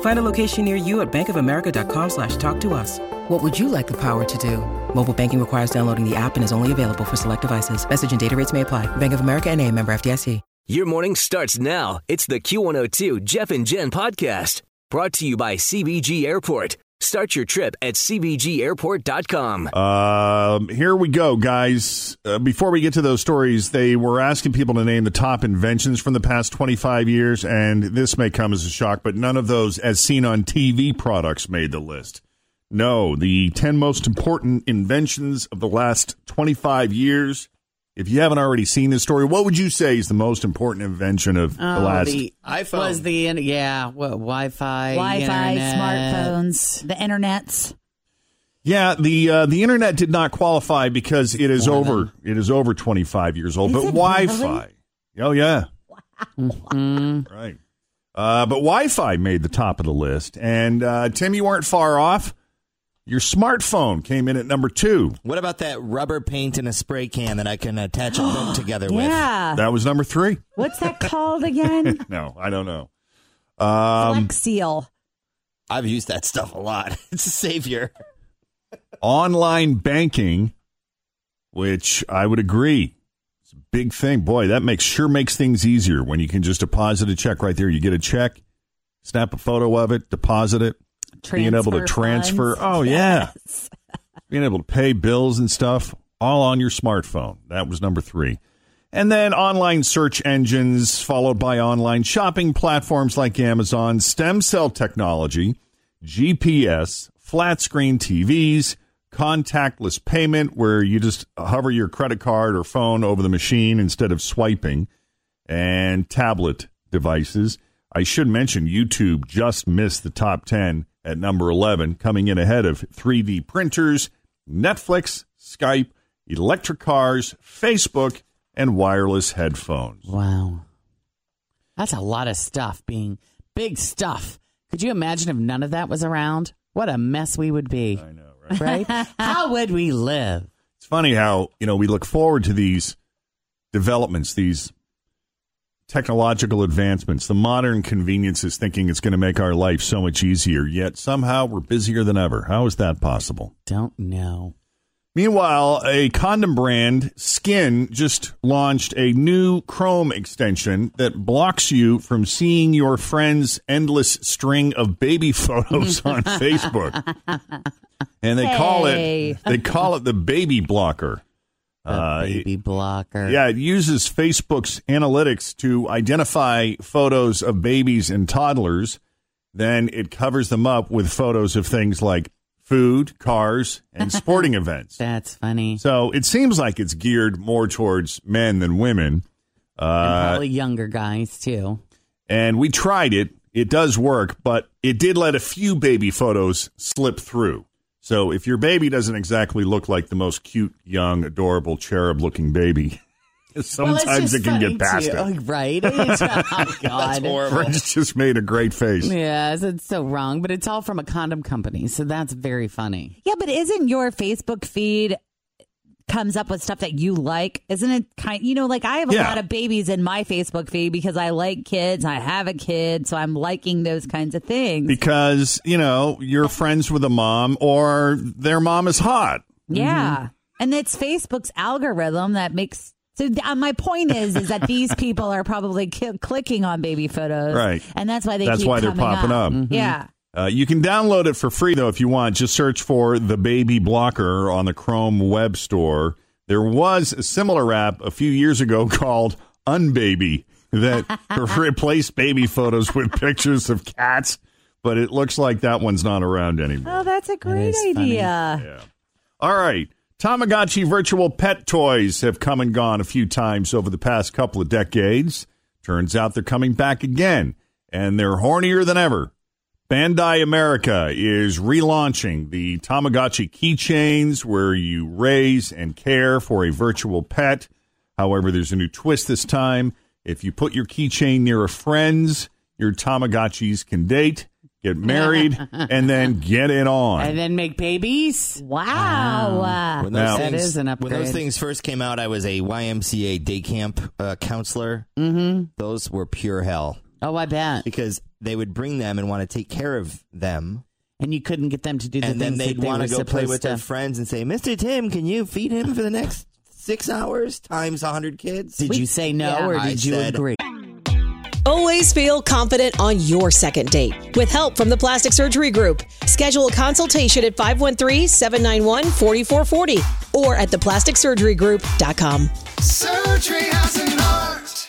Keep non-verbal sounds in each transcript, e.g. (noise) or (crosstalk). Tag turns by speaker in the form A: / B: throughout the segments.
A: Find a location near you at bankofamerica.com slash talk to us. What would you like the power to do? Mobile banking requires downloading the app and is only available for select devices. Message and data rates may apply. Bank of America and a member FDIC.
B: Your morning starts now. It's the Q102 Jeff and Jen podcast brought to you by CBG Airport. Start your trip at CBGAirport.com.
C: Um, here we go, guys. Uh, before we get to those stories, they were asking people to name the top inventions from the past 25 years, and this may come as a shock, but none of those as seen on TV products made the list. No, the 10 most important inventions of the last 25 years. If you haven't already seen this story, what would you say is the most important invention of the
D: Oh,
C: last?
D: the
E: iPhone.
D: was the in- yeah what, Wi-Fi,
F: Wi-Fi,
D: internet.
F: smartphones, the internets.
C: yeah, the uh, the internet did not qualify because it is
D: One of
C: over. It is over 25 years old.
F: Is
C: but
F: it
C: Wi-Fi, oh yeah,
D: Mm,
C: Right. Uh, but Wi Fi made the top of the list. And uh, Tim, you weren't far off. Your smartphone came in at number two.
E: What about that rubber paint in a spray can that I can attach
D: (gasps)
E: a book together with?
F: Yeah.
C: That was number three. (laughs)
F: What's that called again?
C: No, I don't know. (laughs) Um,
F: Flex seal.
E: I've used that stuff a lot. (laughs) It's a savior.
C: online banking, which I would agree. It's a big thing. Boy, that makes sure makes things easier when you can just deposit a check right there. You get a check, snap a photo of it, deposit it, being able to transfer.
F: funds.
C: Oh, yeah. being able to pay bills and stuff all on your smartphone. That was number three. And then online search engines, followed by online shopping platforms like Amazon, stem cell technology, GPS, flat screen TVs, contactless payment, where you just hover your credit card or phone over the machine instead of swiping, and tablet devices. I should mention YouTube just missed the top 10 at number 11, coming in ahead of 3D printers, Netflix, Skype, electric cars, Facebook, and wireless headphones.
D: wow, that's a lot of stuff being big stuff. Could you imagine if none of that was around? What a mess we would be. I know, (laughs) right? How would we live?
C: It's funny how, you know, we look forward to these developments, these technological advancements, the modern conveniences, thinking it's going to make our life so much easier, yet somehow we're busier than ever. How is that possible?
D: Don't know.
C: Meanwhile, a condom brand, Skin, just launched a new Chrome extension that blocks you from seeing your friend's endless string of baby (laughs) photos
D: (laughs)
C: on Facebook. And they call
F: Hey.
C: it they call it the baby blocker.
D: The
C: Uh,
D: baby blocker.
C: yeah, it uses Facebook's analytics to identify photos of babies and toddlers. Then it covers them up with photos of things like food, cars,
D: (laughs)
C: and sporting events.
D: that's funny.
C: So it seems like it's geared more towards men than women.
D: and
C: Uh,
D: probably younger guys too.
C: and we tried it. It does work, but it did let a few baby photos slip through. So if your baby doesn't exactly look like the most cute, young, adorable cherub looking baby, (laughs) sometimes it can get past it.
D: (laughs) right? Oh, It's- oh, God.
C: Friends just made a great
D: (laughs)
C: face.
D: Yes, it's so wrong, but it's all from a condom company, so that's very funny.
F: Yeah, but isn't your Facebook feed comes up with stuff that you like? Isn't it kind you know, like I have a
C: Yeah.
F: lot of babies in my Facebook feed because I like kids, I have a kid, so I'm liking those kinds of things.
C: Because, you know, you're friends with a mom or their mom is hot.
F: yeah. And it's Facebook's algorithm that makes so th- uh, my point is is
C: (laughs)
F: that these people are probably cl- clicking on baby photos,
C: Right.
F: And that's why they
C: That's
F: keep
C: why they're
F: coming
C: popping up. Mhm.
F: Yeah,
C: Uh, you can download it for free, though, if you want. Just search for the Baby Blocker on the Chrome Web Store. There was a similar app a few years ago (laughs) called Unbaby that replaced baby photos with pictures of cats, but it looks like that one's not around anymore.
F: Oh, that's a great
D: is funny.
F: idea.
C: All right. Tamagotchi virtual pet toys have come and gone a few times over the past couple of decades. Turns out they're coming back again, and they're hornier than ever. Bandai America is relaunching the Tamagotchi keychains where you raise and care for a virtual pet. However, there's a new twist this time. If you put your keychain near a friend's, your Tamagotchis can date,
D: (laughs)
C: get married, and then get it on.
D: and then make babies.
F: Wow.
E: When
C: Now-
E: those
C: That
E: things,
D: is an
E: When those
D: upgrade.
E: things first came out, I was a YMCA day camp uh, counselor. Mm-hmm. Those were pure hell
D: Oh, I bet.
E: because they would bring them and want to take care of them,
D: And you couldn't get them to do the
E: and then
D: things
E: they'd
D: that they
E: want
D: were
E: to go play
D: supposed
E: with
D: to.
E: their friends and say, "Mr. Tim, can you feed him for the next six hours times hundred kids?"
D: did you say no
F: Yeah.
D: or did
E: I
D: you
E: said-
D: agree?
G: Always feel confident on your second date with help from the Plastic Surgery Group. Schedule a consultation at 513 791 4440 or at theplasticsurgerygroup.com.
H: Surgery has an art.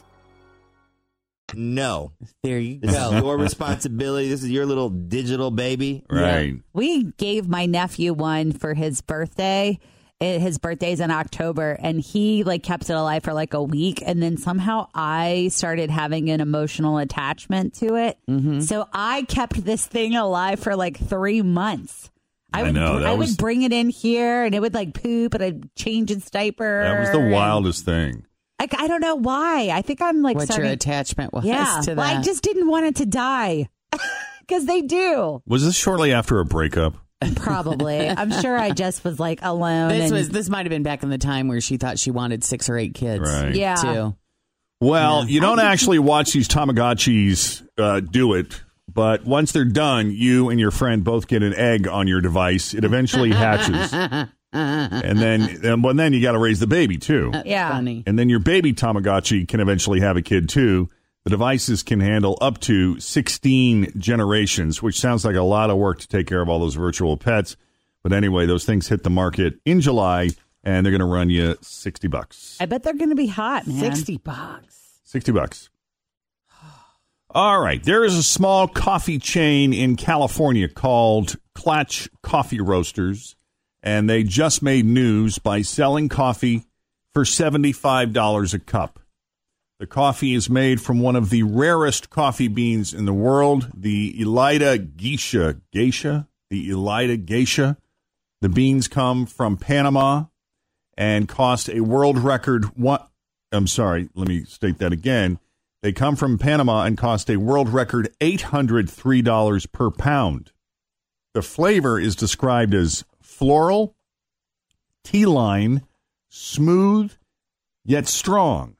E: no?
D: There you
E: This
D: go.
E: is your responsibility. This is your little digital baby.
C: Right.
F: We gave my nephew one for his birthday. It, his birthday's in October, and he like kept it alive for like a week, and then somehow I started having an emotional attachment to it.
C: Mm-hmm.
F: So I kept this thing alive for like three months. I
C: I
F: would,
C: know, that
F: I
C: was-
F: would bring it in here, and it would like poop, and I'd change its diaper.
C: That was the
F: and-
C: wildest thing.
F: Like I don't know why. I think I'm like
D: what your
F: starting.
D: attachment was
F: yeah,
D: to that.
F: well, I just didn't want it to die (laughs) because they do.
C: Was this shortly after a breakup?
F: Probably. I'm sure I just was like alone.
D: this
F: and-
D: was this might have been back in the time where she thought she wanted six or eight kids.
C: Right.
F: Yeah.
D: Too.
C: Well, you don't actually watch these Tamagotchis uh, do it, but once they're done, you and your friend both get an egg on your device. It eventually hatches, and then and, well, then you got to raise the baby too,
F: yeah.
D: Funny.
C: and then your baby Tamagotchi can eventually have a kid too. The devices can handle up to sixteen generations, which sounds like a lot of work to take care of all those virtual pets. But anyway, those things hit the market in July, and they're going to run you sixty bucks.
F: I bet they're going to be hot, man.
D: 60 bucks.
C: 60 bucks. All right. There is a small coffee chain in California called Clatch Coffee Roasters, and they just made news by selling coffee for $75 a cup. The coffee is made from one of the rarest coffee beans in the world, the Elida geisha. Geisha? The Elida geisha. The beans come from Panama and cost a world record one I'm sorry, let me state that again. They come from Panama and cost a world record $803 per pound. The flavor is described as floral, tea line, smooth, yet strong.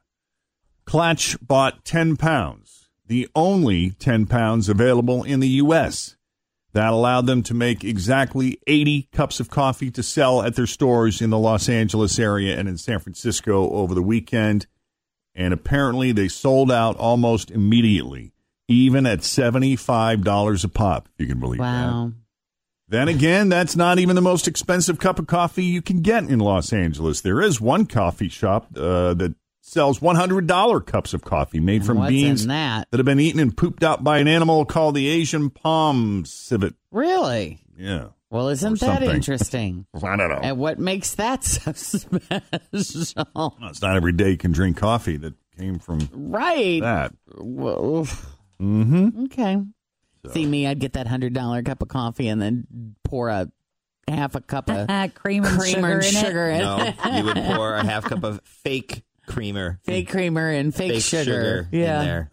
C: Clatch bought 10 pounds, the only 10 pounds available in the U.S. That allowed them to make exactly 80 cups of coffee to sell at their stores in the Los Angeles area and in San Francisco over the weekend. And apparently, they sold out almost immediately, even at $75 a pop, if you can believe that.
D: Wow.
C: Then again, that's not even the most expensive cup of coffee you can get in Los Angeles. There is one coffee shop uh, that sells $100 cups of coffee made
D: And
C: from
D: what's
C: beans
D: in that?
C: that have been eaten and pooped out by an animal called the Asian palm civet.
D: Really?
C: Yeah.
D: Well, isn't that
C: something.
D: interesting?
C: I
E: Oh.
C: don't know.
D: And what makes that (laughs) so special?
C: Well, it's not every day you can drink coffee that came from
D: Right.
C: that.
D: Whoa.
C: Mm-hmm.
D: Okay. See me, I'd get that hundred dollar cup of coffee and then pour a half a cup of
F: Uh, (laughs) cream and
D: creamer
F: sugar
D: and
F: in
D: sugar
F: it.
D: in
E: No,
D: it.
E: you would pour a half cup of fake creamer,
D: fake creamer and fake,
E: fake sugar,
D: Yeah.
E: in there.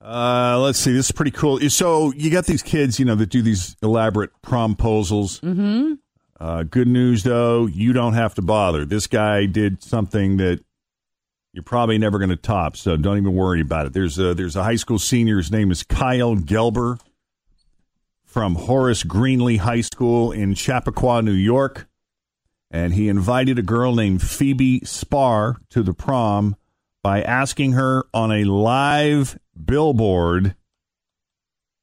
C: Uh, let's see. This is pretty cool. So you got these kids, you know, that do these elaborate promposals. Mm-hmm. Uh, good news, though, you don't have to bother. This guy did something that you're probably never going to top. So don't even worry about it. There's a, there's a high school senior. His name is Kyle Gelber from Horace Greenlee High School in Chappaqua, New York. And he invited a girl named Phoebe Spar to the prom by asking her on a live billboard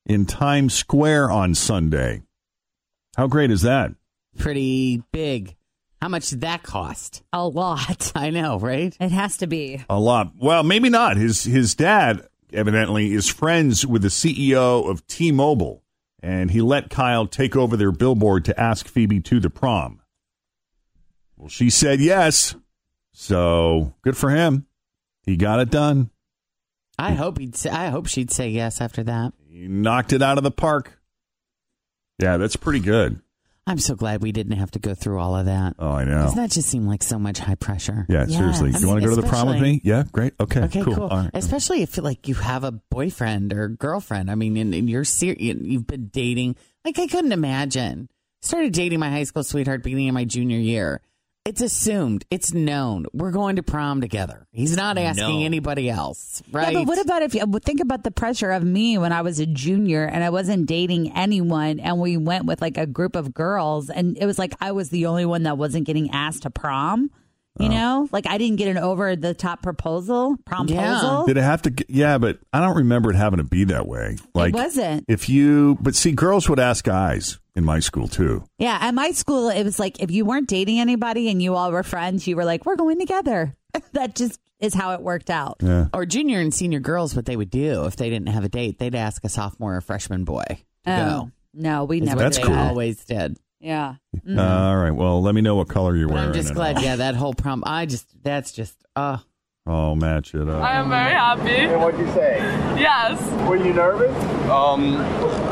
C: in Times Square on Sunday. How great is that?
D: Pretty big. How much did that cost?
F: A lot.
D: I know, right?
F: It has to be.
C: A lot. Well, maybe not. His his dad evidently is friends with the CEO of T-Mobile, and he let Kyle take over their billboard to ask Phoebe to the prom. Well, she said yes. So, good for him. He got it done.
D: I hope he'd say, I hope she'd say yes after that.
C: He knocked it out of the park. Yeah, that's pretty good.
D: I'm so glad we didn't have to go through all of that.
C: Oh, I know.
D: Doesn't that just seem like so much high pressure?
C: Yeah, seriously.
D: I
C: you want to
D: mean,
C: go to the prom with me?
D: especially-
C: Yeah, great. (laughs) Okay,
D: Okay, cool.
C: cool. All right.
D: Especially if like you have a boyfriend or girlfriend. I mean, and, and you're ser- and you've been dating. Like I couldn't imagine. Started dating my high school sweetheart beginning of my junior year. It's assumed. It's known. We're going to prom together. He's not asking
E: No.
D: anybody else, right?
F: Yeah, but what about if you uh, think about the pressure of me when I was a junior and I wasn't dating anyone and we went with like a group of girls and it was like I was the only one that wasn't getting asked to prom. You
C: Oh.
F: know, like I didn't get an over the top proposal, promposal.
C: Did it have to? g- Yeah, but I don't remember it having to be that way. Like
F: wasn't.
C: If you, but see, girls would ask guys in my school too.
F: Yeah, at my school, it was like if you weren't dating anybody and you all were friends, you were like, we're going together. (laughs) that just is how it worked out.
C: Yeah.
D: or junior and senior girls? What they would do if they didn't have a date? They'd ask a sophomore or freshman boy to go.
F: Um, no, we
D: Is
F: never
D: what
C: That's
D: they
F: did
C: cool.
F: that.
D: always did.
F: Yeah.
C: all right. Well, let me know what color you're
D: Mm-hmm. But
C: wearing.
D: I'm just
C: and
D: glad.
C: I'll-
D: Yeah, that whole prom. I just that's just uh
C: I'll match it up.
I: am very happy.
H: What'd you say?
I: Yes.
H: Were you nervous?
I: Um,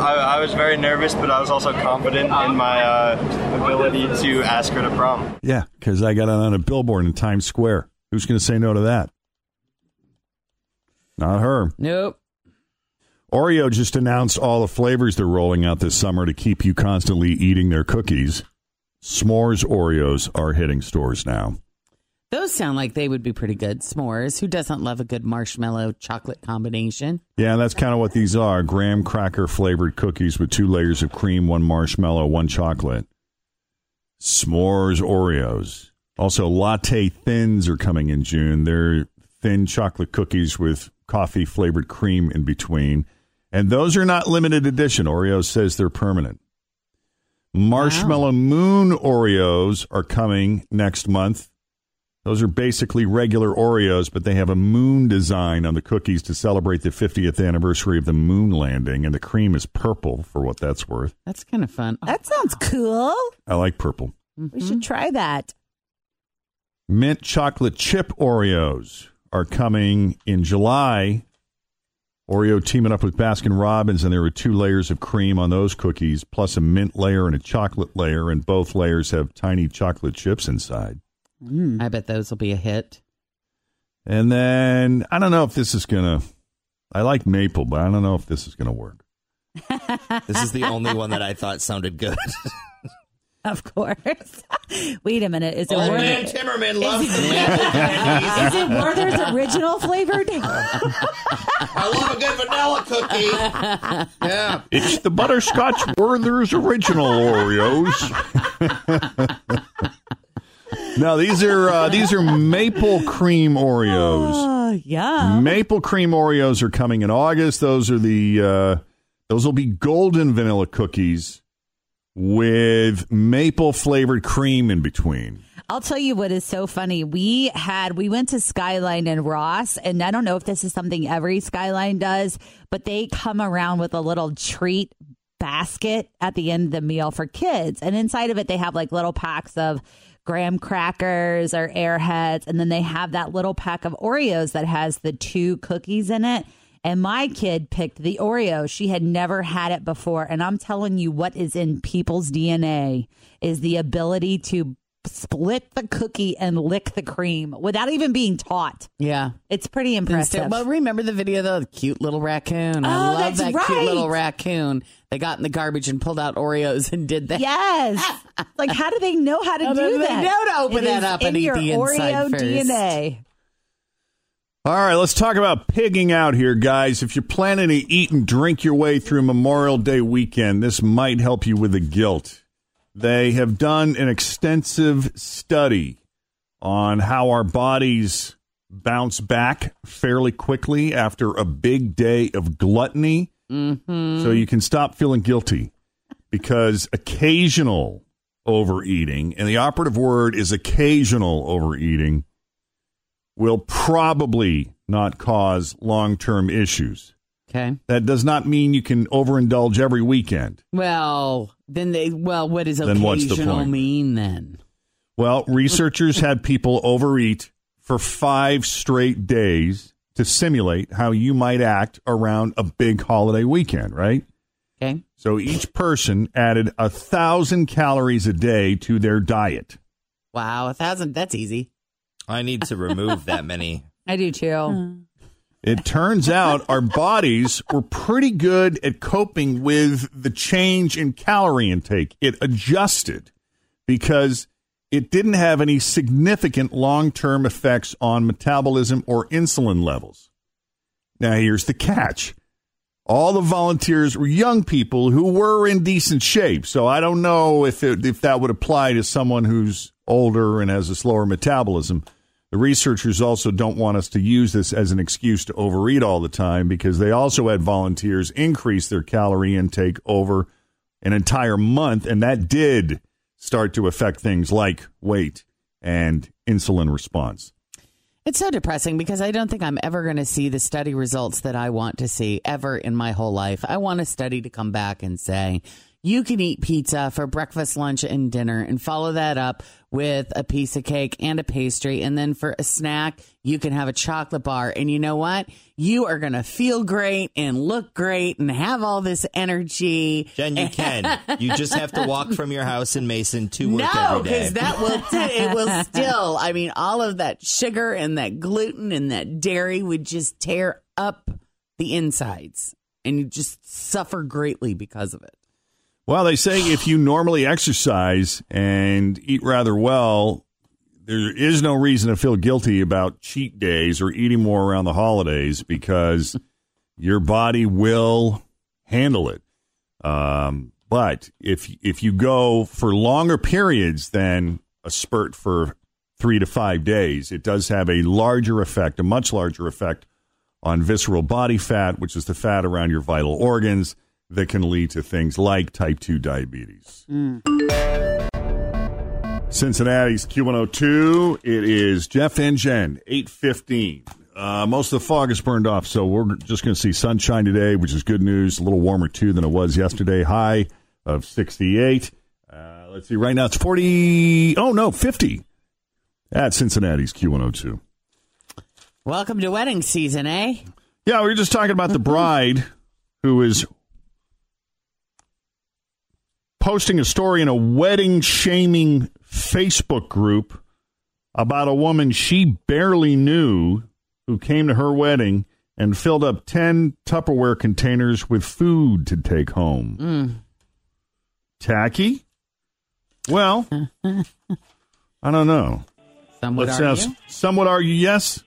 I: I, I was very nervous, but I was also confident in my uh, ability to ask her to prom.
C: Yeah, because I got it on a billboard in Times Square. Who's going to say no to that? Not her.
D: nope.
C: Oreo just announced all the flavors they're rolling out this summer to keep you constantly eating their cookies. S'mores Oreos are hitting stores now.
D: Those sound like they would be pretty good. S'mores. Who doesn't love a good marshmallow chocolate combination?
C: Yeah, that's kind of what these are graham cracker flavored cookies with two layers of cream, one marshmallow, one chocolate. S'mores Oreos. Also, latte thins are coming in June. They're thin chocolate cookies with coffee flavored cream in between. And those are not limited edition. Oreo says they're permanent. Marshmallow Moon Oreos are coming next month. Those are basically regular Oreos, but they have a moon design on the cookies to celebrate the 50th anniversary of the moon landing, and the cream is purple for what that's worth.
D: That's kind of fun.
F: That sounds cool.
C: I like purple.
F: We
C: Mm-hmm.
F: should try that.
C: Mint chocolate chip Oreos are coming in July. Oreo teaming up with Baskin Robbins, and there were two layers of cream on those cookies, plus a mint layer and a chocolate layer, and both layers have tiny chocolate chips inside.
D: Mm. I bet those will be a hit.
C: And then I don't know if this is gonna. I like maple, but I don't know if this is gonna work.
E: This is the only one that I thought sounded good.
F: Of course. (laughs) Wait a minute. Is
E: (laughs)
F: it
E: Old
F: Werther?
E: man Timmerman loves
F: Is-
E: vanilla cookies.
F: Is it Werther's
C: (laughs)
F: original flavored?
E: I love a good vanilla cookie. Yeah.
C: It's the butterscotch Werther's original Oreos. no, these are uh, these are maple cream Oreos.
F: oh, yeah.
C: Maple cream Oreos are coming in August. Those are the uh, those will be golden vanilla cookies with maple flavored cream in between.
F: I'll tell you what is so funny. We had we went to Skyline and Ross, and I don't know if this is something every Skyline does, but they come around with a little treat basket at the end of the meal for kids. And inside of it they have like little packs of graham crackers or airheads, and then they have that little pack of Oreos that has the two cookies in it. And my kid picked the Oreo. She had never had it before. And I'm telling you, what is in people's DNA is the ability to split the cookie and lick the cream without even being taught.
D: Yeah.
F: It's pretty impressive.
D: Instead- well, remember the video though? The cute little raccoon. I
F: Oh,
D: love
F: that's
D: that cute
F: right.
D: little raccoon. They got in the garbage and pulled out Oreos and did that.
F: yes. like, how do they know how to
D: How
F: do
D: do they
F: that?
D: know to open
F: It
D: that
F: is
D: up and
F: in
D: eat
F: your
D: the
F: Oreo
D: inside first?
F: DNA.
C: All right, let's talk about pigging out here, guys. If you're planning to eat and drink your way through Memorial Day weekend, this might help you with the guilt. They have done an extensive study on how our bodies bounce back fairly quickly after a big day of gluttony.
D: Mm-hmm.
C: So you can stop feeling guilty because occasional overeating, and the operative word is occasional overeating, will probably not cause long term issues.
D: Okay.
C: That does not mean you can overindulge every weekend.
D: Well, then they. Well, what does
C: Then
D: occasional
C: what's the point?
D: mean then?
C: Well, researchers had people overeat for five straight days to simulate how you might act around a big holiday weekend, right?
D: Okay.
C: So each person added a thousand calories a day to their diet.
D: Wow, a thousand. That's easy.
E: I need to remove that many.
F: I do too.
C: It turns out our bodies were pretty good at coping with the change in calorie intake. It adjusted because it didn't have any significant long term effects on metabolism or insulin levels. Now, here's the catch all the volunteers were young people who were in decent shape. So I don't know if it, if that would apply to someone who's older and has a slower metabolism. The researchers also don't want us to use this as an excuse to overeat all the time because they also had volunteers increase their calorie intake over an entire month and that did start to affect things like weight and insulin response.
D: It's so depressing because I don't think I'm ever going to see the study results that I want to see ever in my whole life. I want a study to come back and say, you can eat pizza for breakfast, lunch, and dinner, and follow that up with a piece of cake and a pastry. And then for a snack, you can have a chocolate bar. And you know what? You are going to feel great and look great and have all this energy.
E: Jen, you can. You just have to walk from your house in Mason to work
D: No,
E: every day.
D: because that will it will still. I mean, all of that sugar and that gluten and that dairy would just tear up the insides, and you just suffer greatly because of it.
C: Well, they say if you normally exercise and eat rather well, there is no reason to feel guilty about cheat days or eating more around the holidays because (laughs) your body will handle it. Um, but if if you go for longer periods than a spurt for three to five days, it does have a larger effect, a much larger effect on visceral body fat, which is the fat around your vital organs that can lead to things like type 2 diabetes. Cincinnati's Q102. It is Jeff and Jen, 815. Uh, most of the fog is burned off, so we're just going to see sunshine today, which is good news. A little warmer, too, than it was yesterday. High of 68. Uh, let's see, right now it's 40. Oh, no, 50 at Cincinnati's Q102.
D: Welcome to wedding season, eh?
C: Yeah, we were just talking about the bride who is posting a story in a wedding shaming Facebook group about a woman she barely knew who came to her wedding and filled up 10 Tupperware containers with food to take home. Tacky? Well, I don't know.
D: Some would
C: Let's
D: argue.
C: ask- some would argue yes.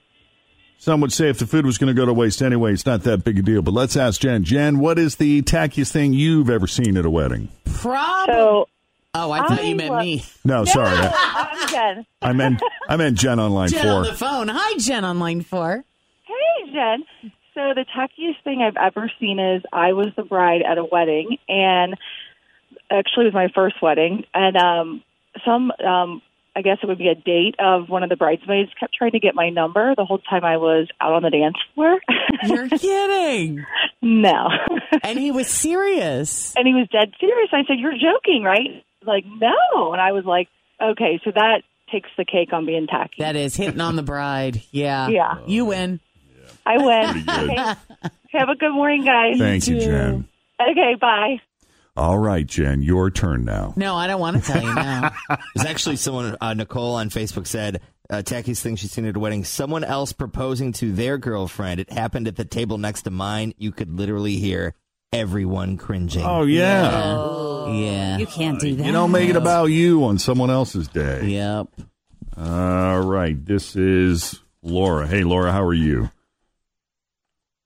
C: Some would say if the food was going to go to waste anyway, it's not that big a deal. But let's ask Jen. Jen, what is the tackiest thing you've ever seen at a wedding?
D: Prob-
F: (laughs)
J: So
D: oh, I thought
J: I
D: you meant
J: love-
D: me.
C: No, sorry. I,
J: I'm um, Jen.
C: I meant I meant Jen on line
D: Jen on
C: four.
D: the phone. Hi, Jen on line four.
J: Hey, Jen. So the tackiest thing I've ever seen is I was the bride at a wedding, and actually it was my first wedding, and um, some, um, I guess it would be a date of one of the bridesmaids kept trying to get my number the whole time I was out on the dance floor. (laughs)
D: You're kidding.
J: no,
D: And he was serious.
J: and he was dead serious. I said, "You're joking, right?" Like, no, and I was like, "Okay, so that takes the cake on being tacky."
D: That is hitting on the bride. Yeah.
J: Yeah.
D: You win.
J: I
C: (laughs) Pretty
J: win.
C: good.
J: Okay. Have a good morning, guys.
C: Thank you, Jen.
J: Okay, bye.
C: All right, Jen, your turn now.
D: No, I don't want to tell you now.
E: There's actually someone, uh, Nicole on Facebook said, uh, tackiest thing she's seen at a wedding. Someone else proposing to their girlfriend. It happened at the table next to mine. You could literally hear everyone cringing.
C: Oh yeah.
D: yeah.
F: You can't do that.
C: You don't make it about you on someone else's day.
D: Yep.
C: All right. This is Laura. Hey, Laura, how are you?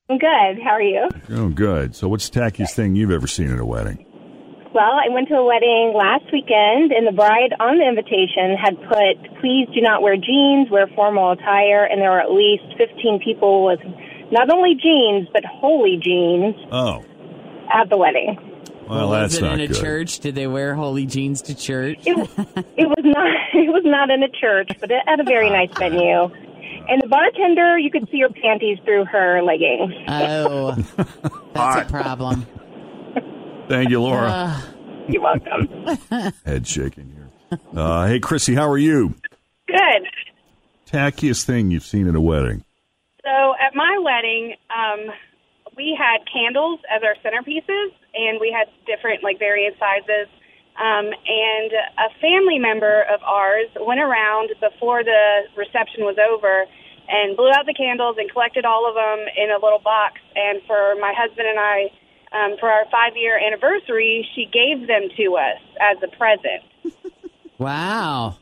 K: I'm good. How are you?
C: Oh, good. So, what's the tackiest thing you've ever seen at a wedding?
K: Well, I went to a wedding last weekend, and the bride on the invitation had put, please do not wear jeans, wear formal attire, and there were at least 15 people with not only jeans, but holy jeans
C: Oh,
K: at the wedding.
C: well,
D: was
C: that's
D: it
C: not
D: in a
C: good.
D: church? Did they wear holy jeans to church?
K: It was not, (laughs) it was not in a church, but at a very nice venue. And the bartender, you could see her panties through her leggings.
C: (laughs)
D: Oh, that's a problem.
C: Thank you, Laura.
D: Uh.
K: You're welcome.
D: (laughs)
C: Head shaking here. Uh, hey, Chrissy, how are you?
L: Good.
C: Tackiest thing you've seen at a wedding?
L: So at my wedding, um, we had candles as our centerpieces, and we had different, like, various sizes. Um, and a family member of ours went around before the reception was over and blew out the candles and collected all of them in a little box. And for my husband and I, um, for our five year anniversary, she gave them to us as a present.
D: Wow,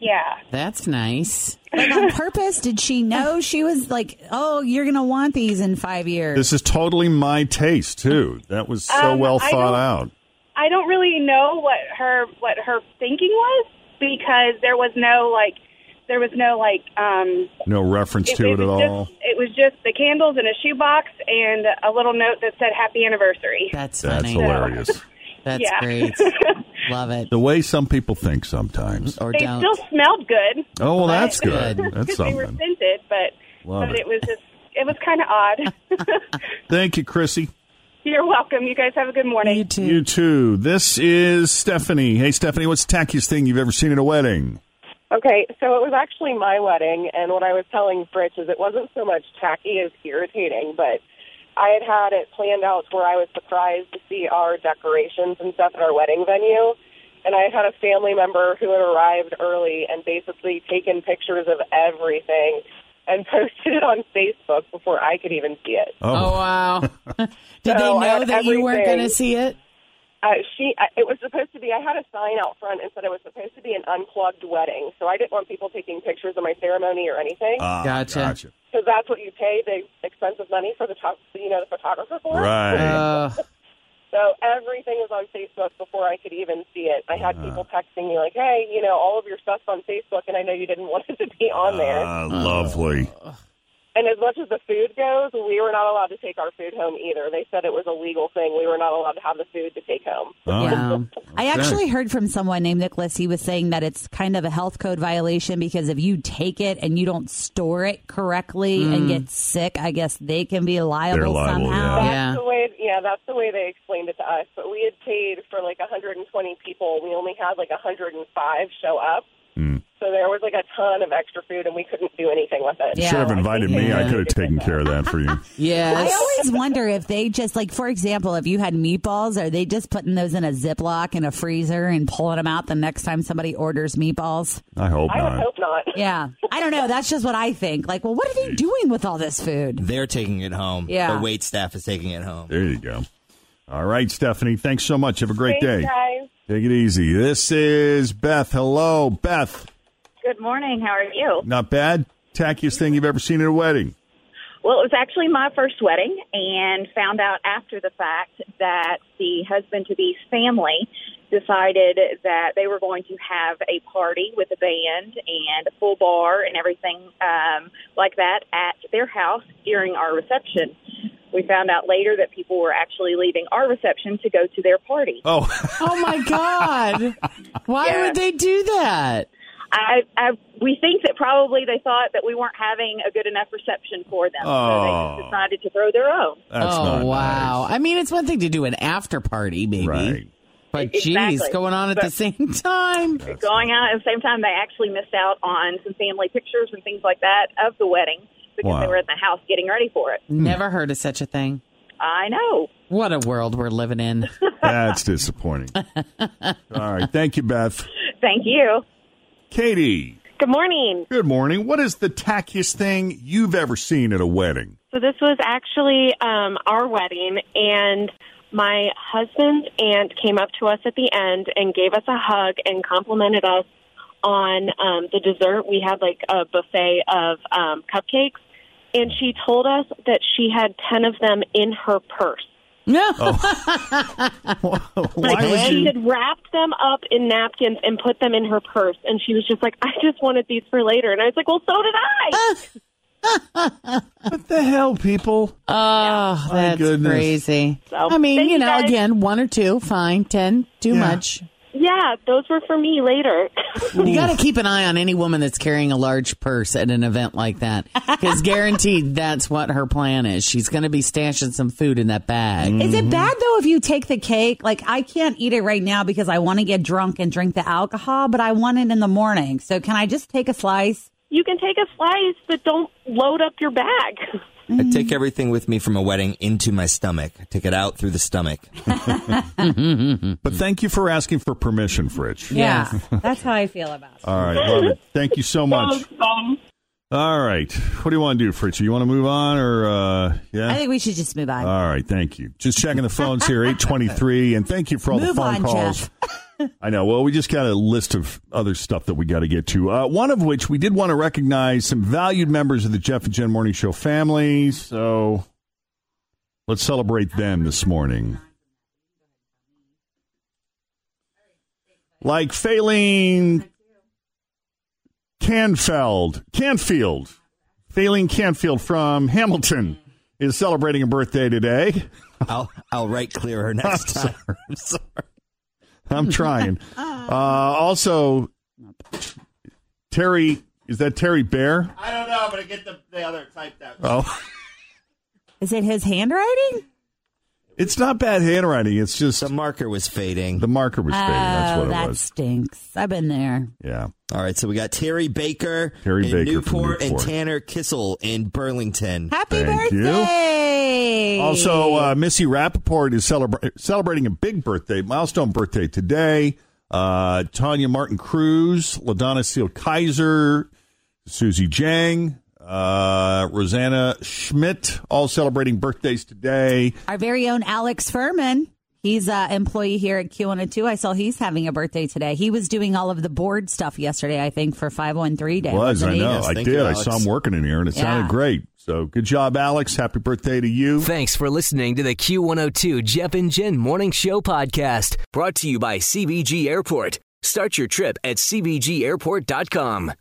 L: Yeah.
D: that's nice.
F: Like on purpose? Did she know she was like, oh, you're going to want these in five years?
C: This is totally my taste, too. That was so
L: Um,
C: well
L: I
C: thought
L: don't-
C: out.
L: I don't really know what her what her thinking was because there was no like there was no like um
C: No reference to it at
L: was
C: all.
L: Just, it was just the candles in a shoebox and a little note that said happy anniversary.
D: That's
C: That's
D: funny.
C: hilarious.
D: That's
L: Yeah. (laughs)
D: great. Love it.
C: the way some people think sometimes.
D: Or
L: They
D: don't.
L: still smelled good.
C: Oh, well, that's
L: but-
C: good. That's
L: 'cause They were
C: something.
L: scented, but but
C: Love it.
L: it. was just it was kind of odd.
C: Thank you, Chrissy.
L: (laughs) You're welcome. You guys have a good morning. You
D: too.
C: You too. This is Stephanie. Hey, Stephanie, what's the tackiest thing you've ever seen at a wedding?
M: Okay, so it was actually my wedding, and what I was telling Fritz is it wasn't so much tacky as irritating, but I had had it planned out to where I was surprised to see our decorations and stuff at our wedding venue. And I had a family member who had arrived early and basically taken pictures of everything and (laughs) posted it on Facebook before I could even see it.
D: Oh,
L: (laughs)
D: wow. Did they
M: So I
D: know
M: had
D: that you weren't
M: everything.
D: going to see it?
M: Uh, she, I, it was supposed to be. I had a sign out front and said it was supposed to be an unplugged wedding, so I didn't want people taking pictures of my ceremony or anything.
C: Ah.
D: gotcha.
M: Because that's what you pay the expensive money for the top, you know, the photographer for.
D: Uh,
M: So everything was on Facebook before I could even see it. I had people texting me like, "Hey, you know, all of your stuff's on Facebook, and I know you didn't (laughs) want it to be on there."
C: Ah, lovely.
M: And as much as the food goes, we were not allowed to take our food home either. They said it was a legal thing. We were not allowed to have the food to take home.
F: Wow. I actually heard from someone named Nicholas. He was saying that it's kind of a health code violation because if you take it and you don't store it correctly and
M: Mm.
F: get sick, I guess they can be liable,
C: They're liable, yeah.
F: somehow.
M: That's the way, yeah, that's the way they explained it to us. But we had paid for like 120 people. We only had like 105 show up.
C: Hmm.
M: So there was like a ton of extra food, and we couldn't do anything with it.
C: You should have invited me. I
D: Yeah.
C: could have taken care of that for (laughs) you.
D: Yes.
F: I always wonder if they just like, for example, if you had meatballs, are they just putting those in a Ziploc in a freezer and pulling them out the next time somebody orders meatballs?
C: I hope
M: I would
C: not.
M: hope not.
F: Yeah, I don't know. That's just what I think. Like, well, what are they doing with all this food?
E: They're taking it home.
F: Yeah.
E: The wait staff is taking it home.
C: There you go. All right, Stephanie. Thanks so much. Have a great
L: Thanks,
C: day.
L: guys.
C: Take it easy. This is Beth. Hello, Beth.
L: Good morning. How are you?
C: Not bad. Tackiest thing you've ever seen at a wedding.
L: Well, it was actually my first wedding and found out after the fact that the husband to be's family decided that they were going to have a party with a band and a full bar and everything um, like that at their house during our reception. We found out later that people were actually leaving our reception to go to their party.
C: Oh,
D: oh, my God. Why would they do that?
L: I, I we think that probably they thought that we weren't having a good enough reception for them, so
C: Oh.
L: they just decided to throw their own.
C: That's
D: oh,
C: not
D: wow. I mean, it's one thing to do an after party, maybe.
C: Right.
D: But, geez,
L: Exactly.
D: going on at the
L: But-
D: same (laughs) time.
L: going out at the same time. They actually missed out on some family pictures and things like that of the wedding because
D: Wow.
L: they were at the house getting ready for it.
C: Hmm.
D: Never heard of such a thing.
L: I know.
D: What a world we're living (laughs) in.
F: (laughs)
C: That's disappointing. All right. Thank you, Beth.
L: Thank you.
C: Katie.
N: Good morning.
C: Good morning. What is the tackiest thing you've ever seen at a (laughs) wedding?
N: So this was actually um, our wedding, and my husband's aunt came up to us at the end and gave us a hug and complimented us on um, the dessert, we had like a buffet of um, cupcakes, and she told us that she had 10 of them in her purse.
D: No. (laughs)
N: Like, she had wrapped them up in napkins and put them in her purse, and she was just like, "I just wanted these for later." And I was like, "Well, so did I."
C: What the hell, people?
D: Oh,
C: My
D: that's
C: goodness.
D: crazy.
N: So,
D: I mean,
N: thank
D: you
N: you,
D: know,
N: guys.
D: again, one or two, fine. Ten, too much.
N: yeah, those were for me later. (laughs)
D: You got to keep an eye on any woman that's carrying a large purse at an event like that,
N: (laughs)
D: because guaranteed that's what her plan is. She's going to be stashing some food in that bag.
F: Is
C: Mm-hmm.
F: it bad though if you take the cake? Like I can't eat it right now because I want to get drunk and drink the alcohol, but I want it in the morning. So can I just take a slice?
N: You can take a slice, but don't load up your bag.
E: I take everything with me from a wedding into my stomach. I take it out through the stomach.
C: but thank you for asking for permission, Fridge.
F: Yeah, that's how I feel about it.
C: All right, love it. Thank you so
F: (laughs)
C: much.
N: Um,
C: All right, what do you want to do, Fritz? You want to move on, or uh, yeah?
F: I think we should just move on.
C: All right, thank you. Just checking the phones
F: (laughs)
C: here, eight twenty-three, and thank you for all the
F: Move
C: phone
F: on,
C: calls.
F: Jeff.
C: I know. Well, we just got a list of other stuff that we got to get to. Uh, one of which we did want to recognize some valued members of the Jeff and Jen Morning Show family. So let's celebrate them this morning. Like Failing Canfeld, Canfield, Failing Canfield from Hamilton is celebrating a birthday today.
E: I'll I'll right clear
C: (laughs)
E: her next
C: I'm
E: time.
C: I'm sorry. I'm trying. Uh, also, Terry is that Terry Bear?
E: I don't know, but I get the, the other typed out.
C: Oh,
F: Is it his handwriting?
C: it's not bad handwriting. It's just the
E: marker was fading.
C: The marker was fading. That's
F: oh,
C: what it
F: that
C: was.
F: stinks. I've been there.
C: Yeah.
E: All right, so we got Terry Baker,
C: Terry
E: in
C: Baker from
E: Newport, and
C: Newport.
E: Tanner Kissel in Burlington.
F: Happy
C: Thank you.
F: birthday!
C: Also, uh, Missy Rappaport is celebra- celebrating a big birthday, milestone birthday today. Uh, Tanya Martin Cruz, LaDonna Seal Kaiser, Susie Jang, uh, Rosanna Schmidt, all celebrating birthdays today.
F: Our very own Alex Furman. He's an employee here at Q102. I saw he's having a birthday today. He was doing all of the board stuff yesterday, I think, for 513 Day.
C: was
F: wasn't
C: I
F: he?
C: know I
E: Thank
C: did
E: you,
C: I
E: Alex.
C: saw him working in here and it
F: Yeah.
C: sounded great. So good job, Alex. Happy birthday to you.
B: Thanks for listening to the Q102 Jeff and Jen Morning Show podcast, brought to you by CBG Airport. Start your trip at CBGAirport.com.